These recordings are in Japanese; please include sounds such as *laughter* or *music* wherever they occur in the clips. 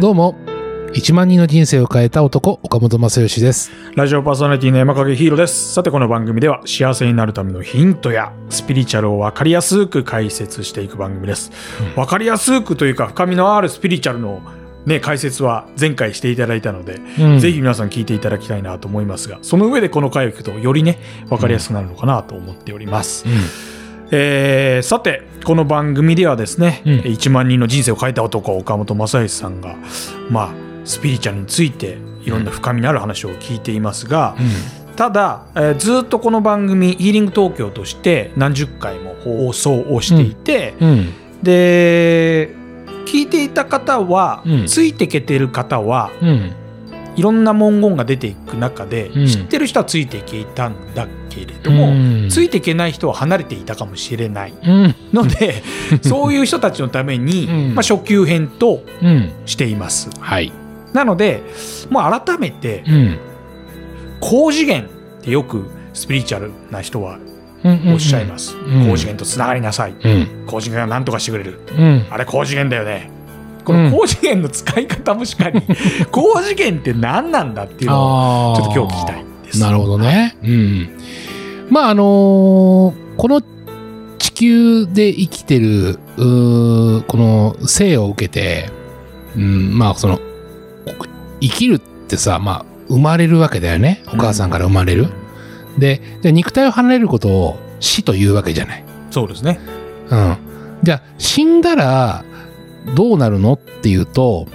どうも1万人の人生を変えた男岡本正義ですラジオパーソナリティの山影ヒーローです。さて、この番組では幸せになるためのヒントやスピリチュアルを分かりやすく解説していく番組です。分かりやすくというか、深みのあるスピリチュアルの、ね、解説は前回していただいたので、うんぜひ皆さん聞いていただきたいなと思いますが、その上でこの回を聞くと、よりね、分かりやすくなるのかなと思っております。えーさてこの番組ではですね、うん1万人の人生を変えた男岡本正義さんがまあスピリチュアルについていろんな深みのある話を聞いていますが、ただ、えーずっとこの番組「ヒーリング東京」として何十回も放送をしていて、うんうんで聞いていた方は、うんついてけてる方はうんいろんな文言が出ていく中で、うん知ってる人はついていけたんだけれども、うんついていけない人は離れていたかもしれない。うんので、 *laughs* そういう人たちのために、うんまあ、初級編とうんしています。はいなので、まあ、改めてうん高次元ってよくスピリチュアルな人はおっしゃいます。うん高次元とつながりなさい。うん高次元は何とかしてくれる。うんあれ高次元だよね。こうのん高次元の使い方もしかり、 *laughs* 高次元って何なんだっていうのをあちーょっと今日聞きたいです。なるほどねうんまああのーこの地球で生きてるうーこの生を受けてうんまあその生きるってさまあ生まれるわけだよねお母さんから生まれる、でで肉体を離れることを死というわけじゃない。そうですね。うん、じゃあ死んだらどうなるのっていうと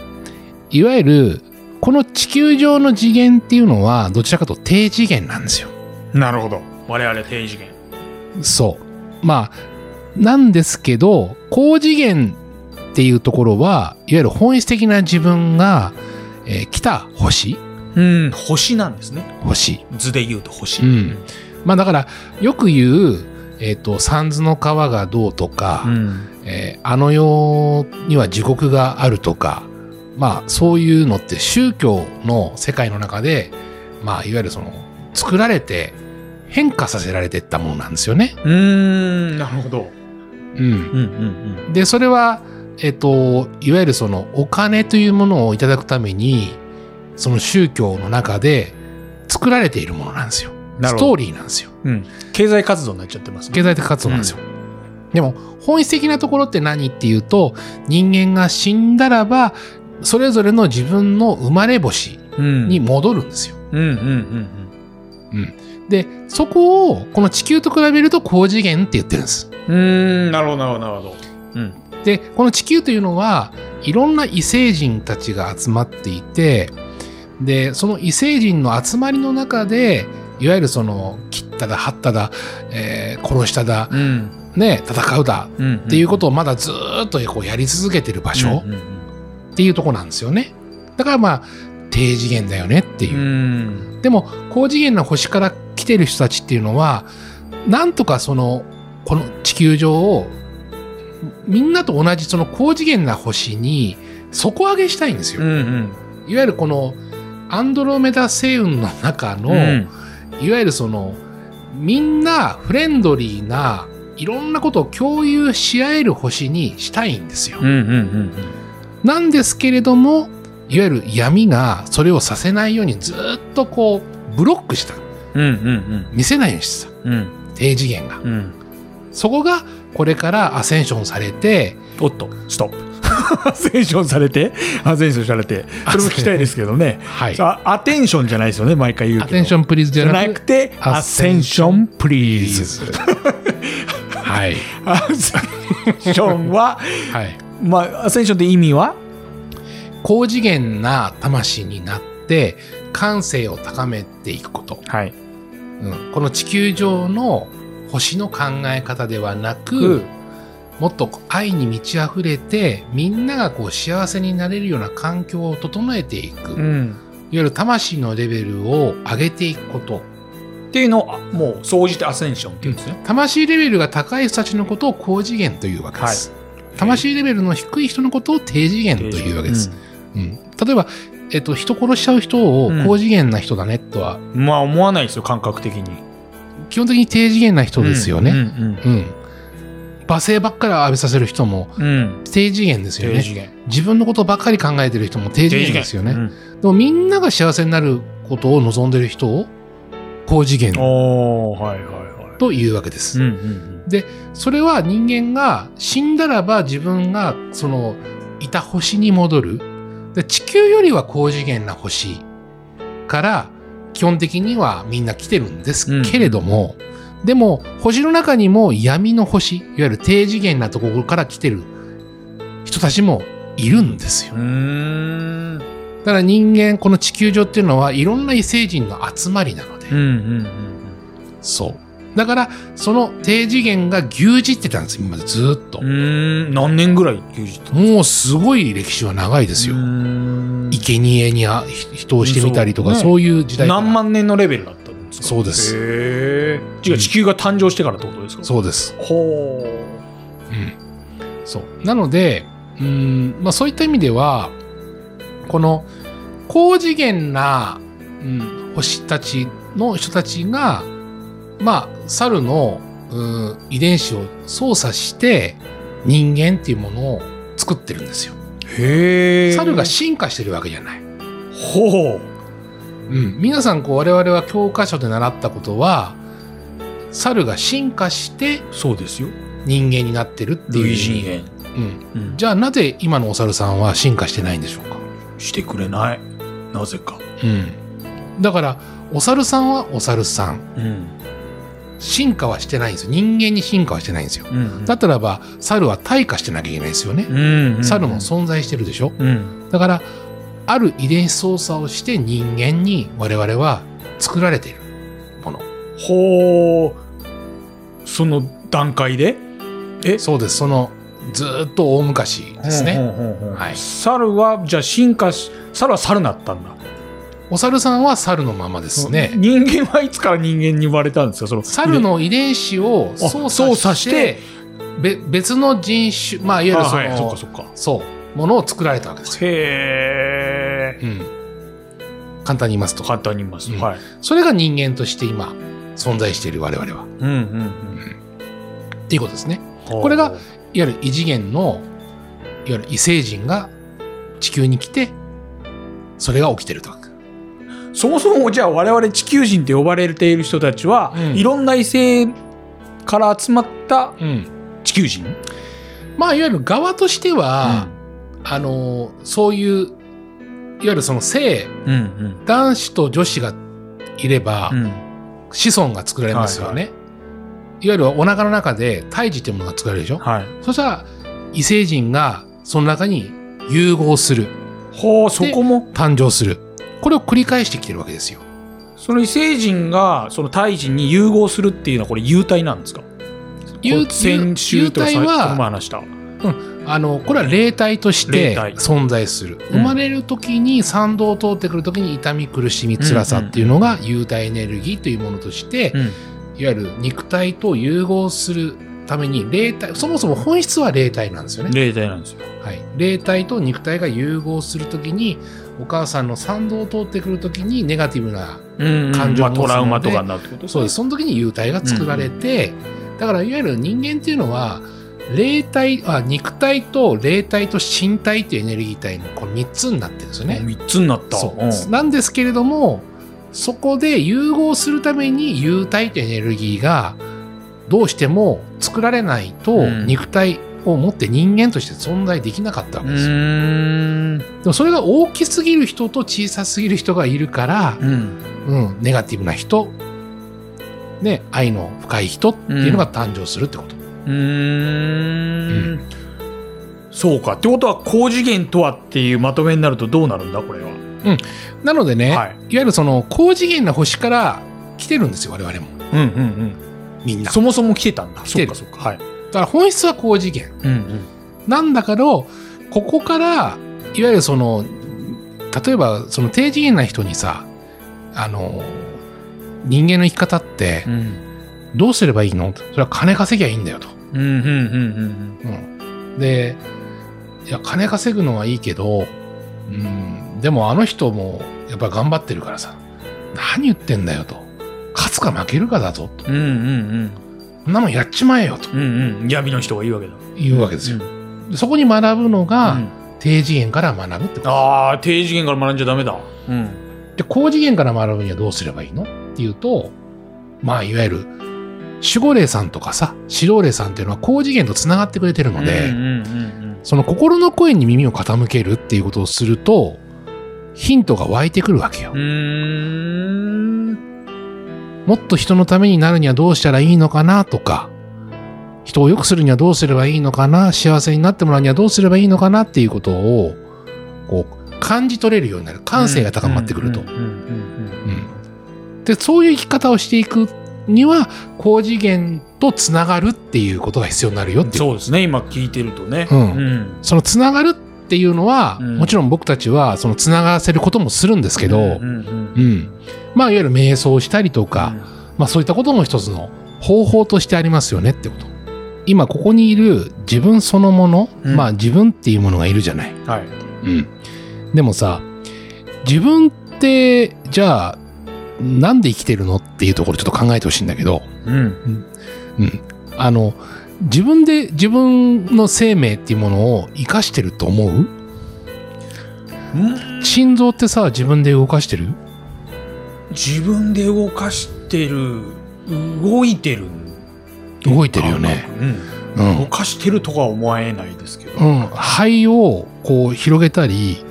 いわゆるこの地球上の次元っていうのはどちらかというと低次元なんですよ。なるほど。我々低次元。そう。まあなんですけど高次元っていうところはいわゆる本質的な自分が、えー来た星うん、星なんですね。星図で言うと星。うんまあだからよく言う、えっと三途の川がどうとか、うんえーあの世には地獄があるとかまあそういうのって宗教の世界の中でまあいわゆるその作られて変化させられていったものなんですよね。うーん、なるほど。うん、うんうんでそれは、えっといわゆるそのお金というものをいただくためにその宗教の中で作られているものなんですよ。うん。なスるトーほど。リーなんですよ。経済活動になっちゃってますね。経済的活動なんですよ。でも本質的なところって何っていうと人間が死んだらばそれぞれの自分の生まれ星うんに戻るんですよ。うんうんうんでそこをこの地球と比べると高次元って言ってるんです。うん。うーん、なるほどなるほどなるほど。うん。でこの地球というのはいろんな異星人たちが集まっていてでその異星人の集まりの中でいわゆるその切っただ張っただ、えー殺しただ、うんね、戦うだうん。っていうことをまだずーっとこうやり続けてる場所。うんうんっていうとこなんですよね。だからまあ低次元だよねってういう。ん。でも高次元の星から来てる人たちっていうのはなんとかそのこの地球上をみんなと同じその高次元な星に底上げしたいんですうよ。んうん。いわゆるこのアンドロメダ星雲の中の、うんいわゆるそのみんなフレンドリーないろんなことを共有し合える星にしたいんですよ。うんうんうんなんですけれども、いわゆる闇がそれをさせないようにずっとこう、ブロックした。うんうん見せないようにしてた。うんうん低次元が。うん。そこが、これからアセンションされて、おっと、ストップ。アセンションされて、アセンションされて、 *laughs* それも聞きたいですけどね。 *laughs* はい。あアテンションじゃないですよね、毎回言うけアど。テンションプリーズじじゃゃななくく、て、アセンションププリーズ。。 *laughs* はい。アセンションは、はい。 *laughs* まあ、アセンションって意味は高次元な魂になって、感性を高めていくこと。はい。うん、この地球上の星の考え方ではなく、うんもっと愛に満ち溢れてみんながこう幸せになれるような環境を整えていく、ういわん。ゆる魂のレベルを上げていくことっていうのを、あもう、総じてアセンションっていうんですね。魂レベルが高い人たちのことを高次元というわけです、魂レベルの低い人のことを低次元というわけです、うん例えば、えっと、人殺しちゃう人をうん高次元な人だねとは、うん。まあ、思わないですよ、感覚的に。基本的に低次元な人ですよね、うんうんうんうん。罵声ばっかり浴びさせる人もうん。低次元ですよ低ね次元。自分のことばっかり考えてる人も低次元ですよね、うんでもみんなが幸せになることを望んでる人を高次元おー、はいはいはというわけですい。うんうんそれは人間が死んだらば自分がそのいた星に戻る。で地球よりは高次元な星から基本的にはみんな来てるんですけれども、でも星の中にも闇の星、いわゆる低次元なところから来てる人たちもいるんですよ。うん。うーん。だから人間、この地球上っていうのはいろんな異星人の集まりなので、うんうんうんそう。だからその低次元が牛耳ってたんです、今までずーっと。うん。うーん。何年ぐらい休日もうすごい歴史は長いですよ。何生贄にあひ人をしてみたりとか、そうねそういう時代から万年のレベルだったんですかそうですへー違う地球が誕生してからってことですかそうです。ほうん。そう。なので、うん、まあそういった意味では、この高次元な、うん、星たちの人たちが、まあ、猿の、うん、遺伝子を操作して、人間っていうものを作ってるんですよ。うへえ猿が進化してるわけじゃない。ほううん、皆さんこう我々は教科書で習ったことは猿が進化してそうですよ人間になってるっていう意味元うん、うんじゃあなぜ今のお猿さんは進化してないんでしょうか、してくれないなぜかうん、だからお猿さんはお猿さんうん進化はしてないんですよ人間に進化はしてないんですようんだったらば猿は退化してなきゃいけないですよねうん猿も存在してるでしょうんだからある遺伝子操作をして人間に我々は作られているものほうその段階でえそうです。その、ずーっと大昔ですね。ほうほうほうほうはい猿はじゃあ進化し猿は猿になったんだお猿さんは猿のままですね。人間はいつから人間に生まれたんですかその猿の遺伝子を操作して、あ操作してべ別の人種、まあ、いいやわゆるあその、はいそっかそそっかう、ものを作られたわけですよ。へえうん。簡単に言いますと。簡単に言います、うんはいそれが人間として今、存在している我々は。うんうんっていうことですね。うんこれがいわゆる異次元の、いわゆる異星人が地球に来て、それが起きてると。そもそもじゃあ我々地球人って呼ばれている人たちは、うんいろんな異星から集まったうん。地球人まあ、いわゆる側としては、あのーそういう、いわゆるその性、うんうん男子と女子がいれば、うん子孫が作られますよね。いわゆるお腹の中で胎児ってものが作られるでしょ、はいそしたら、異星人がその中に融合する、ほうそこも誕生する。これを繰り返してきてるわけですよ。その異星人がその胎児に融合するっていうのはこれ有体なんですか有こう先週有とか体さこの前は、話したあの、これは霊体として霊体存在する。ん生まれる時に、産道を通ってくる時に痛み、苦しみ、辛さっていうのが、有体エネルギーというものとして、うんいわゆる肉体と融合するために霊体そもそも本質は霊体なんですよね、霊体なんですよはい、霊体と肉体が融合するときにお母さんの産道を通ってくるときにネガティブなうん感情まあトラウマもそとうなかになるってことそうですその時に幽体が作られて、だからいわゆる人間っていうのは霊体あ肉体と霊体と身体というエネルギー体のこの3つになってるんですよね。 3つになったそううんなんですけれどもそこで融合するために有体とエネルギーがどうしても作られないとうん肉体を持って人間として存在できなかったわけですよ、んでもそれが大きすぎる人と小さすぎる人がいるから、うんうん、ネガティブな人、ね、愛の深い人っていうのが誕生するってこと、うーんそうかってことは高次元とはっていうまとめになるとどうなるんだこれはなのでね、、はいいわゆるその高次元な星から来てるんですよ我々もうんうんみんうんなそもそも来てたんだ来てるそうかそうかはいだから本質は高次元うんうんなんだけど、ここから、いわゆるその、例えば、その低次元な人にさ、あの、人間の生き方ってう、んどうすればいいのそれは金稼ぎゃいいんだよと。うんうんうんうんで、いや、金稼ぐのはいいけど、うん、でもあの人も、やっぱ頑張ってるからさ、何言ってんだよと。勝つか負けるかだぞと。うんうんうんうんこんなもんやっちまえよとうんうん闇の人がいいわけだいうわけですよう。んでそこに学ぶのが、うん低次元から学ぶってこと。ああ低次元から学んじゃダメだうんで、高次元から学ぶにはどうすればいいのっていうと、まあ、いわゆる、守護霊さんとかさ、指導霊さんっていうのは高次元と繋がってくれてるので、うんうんうんその心の声に耳を傾けるっていうことをすると、ヒントが湧いてくるわけよ。うんうーんもっと人のためになるにはどうしたらいいのかなとか、人を良くするにはどうすればいいのかな、幸せになってもらうにはどうすればいいのかなっていうことを、こう、感じ取れるようになる。感性が高まってくるとうん。うんうんで、そういう生き方をしていくには、高次元とつながるっていうことが必要になるようっんていう。そうですね今聞いてるとねうんうんそのつながるっていうのは、うんもちろん僕たちは、そのつながらせることもするんですけど、うんうんうん。まあ、いわゆる瞑想をしたりとか、まあそういったことも一つの方法としてありますよねってこと。今ここにいる自分そのもの、うんまあ自分っていうものがいるじゃない。はいうん。でもさ、自分って、じゃあ、なんで生きてるのっていうところちょっと考えてほしいんだけど、うんあの、自分で自分の生命っていうものを生かしてると思ううん心臓ってさ、自分で動かしてる自分で動かしてる動いてる動いてるよね。ううんん動。かしてるとは思えないですけどうん、肺をこう広げたり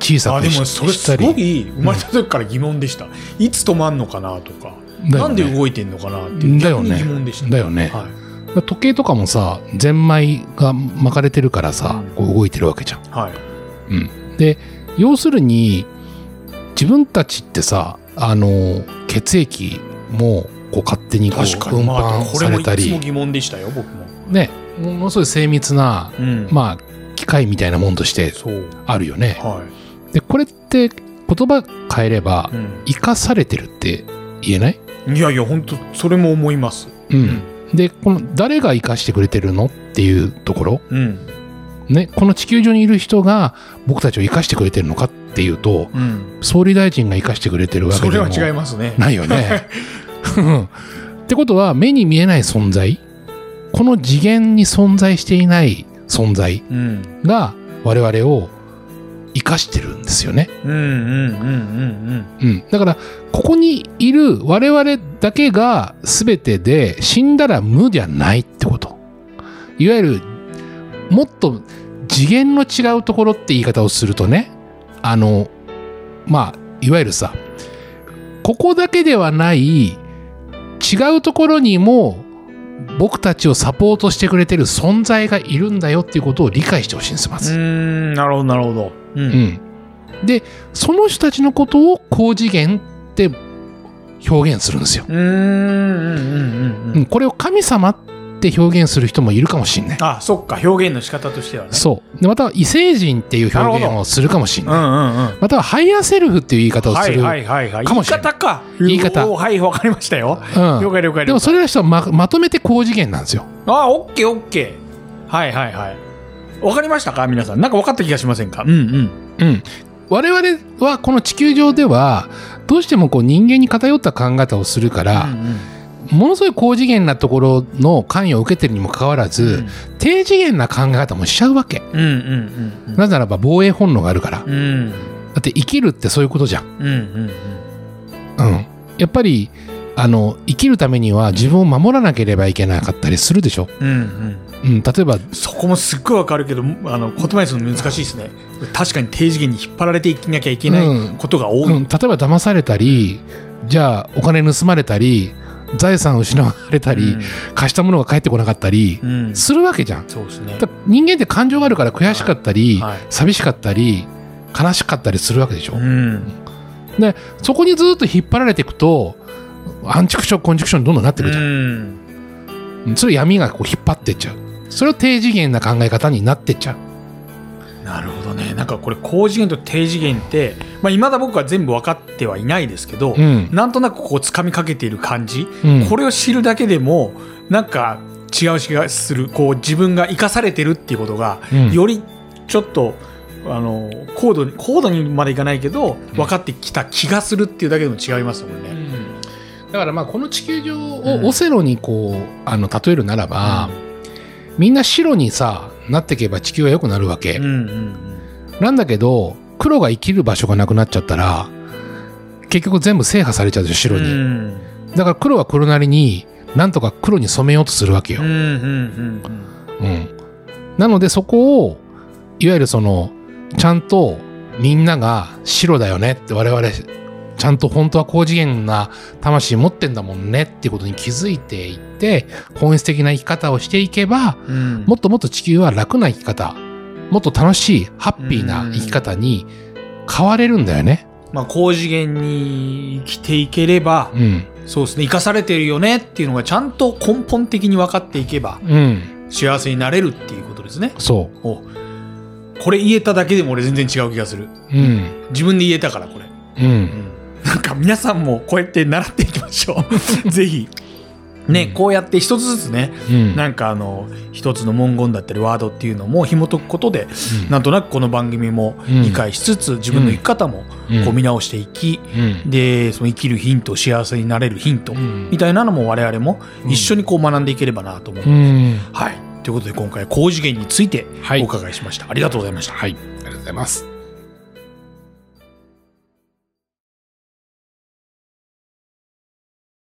小さあくでしもそれしたすりごい生まれた時から疑問でした、いつ止まんのかなとか、だよなんねで動いてんのかなってだ逆よにね疑問でした、だよねはい時計とかもさゼンマイが巻かれてるからさうんこう動いてるわけじゃん。はい要するに自分たちってさあの血液もこう勝手にこ確かうに、運まあ、搬これさもれいたつりも、疑問でしたよ僕も、ねものすごい精密な、うんまあ、機械みたいなもんとしてそうあるよね。はでこれって言葉変えればい、うん生かされてるって言えない、いやいや本当それも思いますうん、でこの誰が生かしてくれてるのっていうところ、うんね、この地球上にいる人が僕たちを生かしてくれてるのかっていうとうん総理大臣が生かしてくれてるわけそでれもは違いますねないよね。うんってことは目に見えない存在この次元に存在していない存在うんが我々を生かしてるんですよね。うんうんうんうんうん、だからここにいる我々だけが全てで死んだら無じゃないってこといわゆるもっと次元の違うところって言い方をするとねあのまあいわゆるさここだけではない違うところにも僕たちをサポートしてくれてる存在がいるんだよっていうことを理解してほしいんですまうず。んなるほどなるほどううんん、でその人たちのことを高次元って表現するんですよ、うんうんうんうんうん、これを神様って表現する人もいるかもしんないあそっか表現の仕方としてはねそうでまたは異星人っていう表なるほ現どをするかもしんうないんうんうんまたはハイヤーセルフっていう言い方をはすいる、はいはいはいかもしれな言い方か言い方おーはいわかりましたよ了う解了解ん、でもそれら人はままとめて高次元なんですよああ、オッケーオッケー。はいはいはい。わかりましたか皆さん。なんか分かった気がしませんかうんうん。うん、我々はこの地球上ではどうしてもこう人間に偏った考え方をするから、ものすごい高次元なところの関与を受けてるにもかかわらず、低次元な考え方もしちゃうわけ。うんうんうんうん。なぜならば防衛本能があるから。だうんうんって生きるってそういうことじゃん。うんうんうん。やっぱり、あの、生きるためには自分を守らなければいけなかったりするでしょ。うんうん。うん。例えば、そこもすっごいわかるけど、あの、言葉にするの難しいですね。確かに低次元に引っ張られていきなきゃいけなうんいことが多い。うん、例えば騙されたり、じゃあお金盗まれたり、財産を失われたり、貸したものが返ってこなかったりう、ん、うんするわけじゃん。そうですねだ。から人間って感情があるから悔しかったり、はい。寂しかったり、悲しかったりするわけでしょ。うん。そこにずっと引っ張られていくと、アンチクション、コンチクションにどんどんなってくるじゃんうん。それを闇がこう引っ張ってっちゃう。それを低次元な考え方になってっちゃう。なるほどね。なんかこれ、高次元と低次元って、まあ、未だ僕は全部分かってはいないですけど、ん。なんとなくこう、掴みかけている感じ。うんこれを知るだけでもなんか違う気がするこう自分が生かされてるっていうことがうんよりちょっとあの高度に高度にまでいかないけど分かってきた気がするっていうだけでも違いますもんね。だからまあこの地球上をオセロにこう、あの例えるならば、みんな白にさなっていけば地球は良くなるわけ、うんうんうんなんだけど黒が生きる場所がなくなっちゃったら結局全部制覇されちゃうでしょ白うに、んだから黒は黒なりになんとか黒に染めようとするわけよ、うんうんうん、なのでそこをいわゆるそのちゃんとみんなが白だよねって我々ちゃんと本当は高次元な魂持ってんだもんねっていうことに気づいていって本質的な生き方をしていけばうんうんもっともっと地球は楽な生き方もっと楽しいハッピーな生き方に変われるんだよね。まあ高次元に生きていければうん、そうですね生かされてるよねっていうのがちゃんと根本的に分かっていけばうん、幸せになれるっていうことですねそおこれ言えただけでも俺全然違う気がするう、うん、自分で言えたからこれ、うん、なんか皆さんもこうやって習っていきましょ *laughs* うぜひね、うんこうやって一つずつねうん、なんかあの一つの文言だったりワードっていうのも紐解くことでうんなんとなくこの番組もうん理解しつつ、自分の生き方もうんこう見直していき、うんでその生きるヒント幸せになれるヒント、うんみたいなのも我々もうん一緒にこう学んでいければなと思う、うん、はいということで今回高次元についてはいお伺いしました、ありがとうございましたはい、ありがとうございます。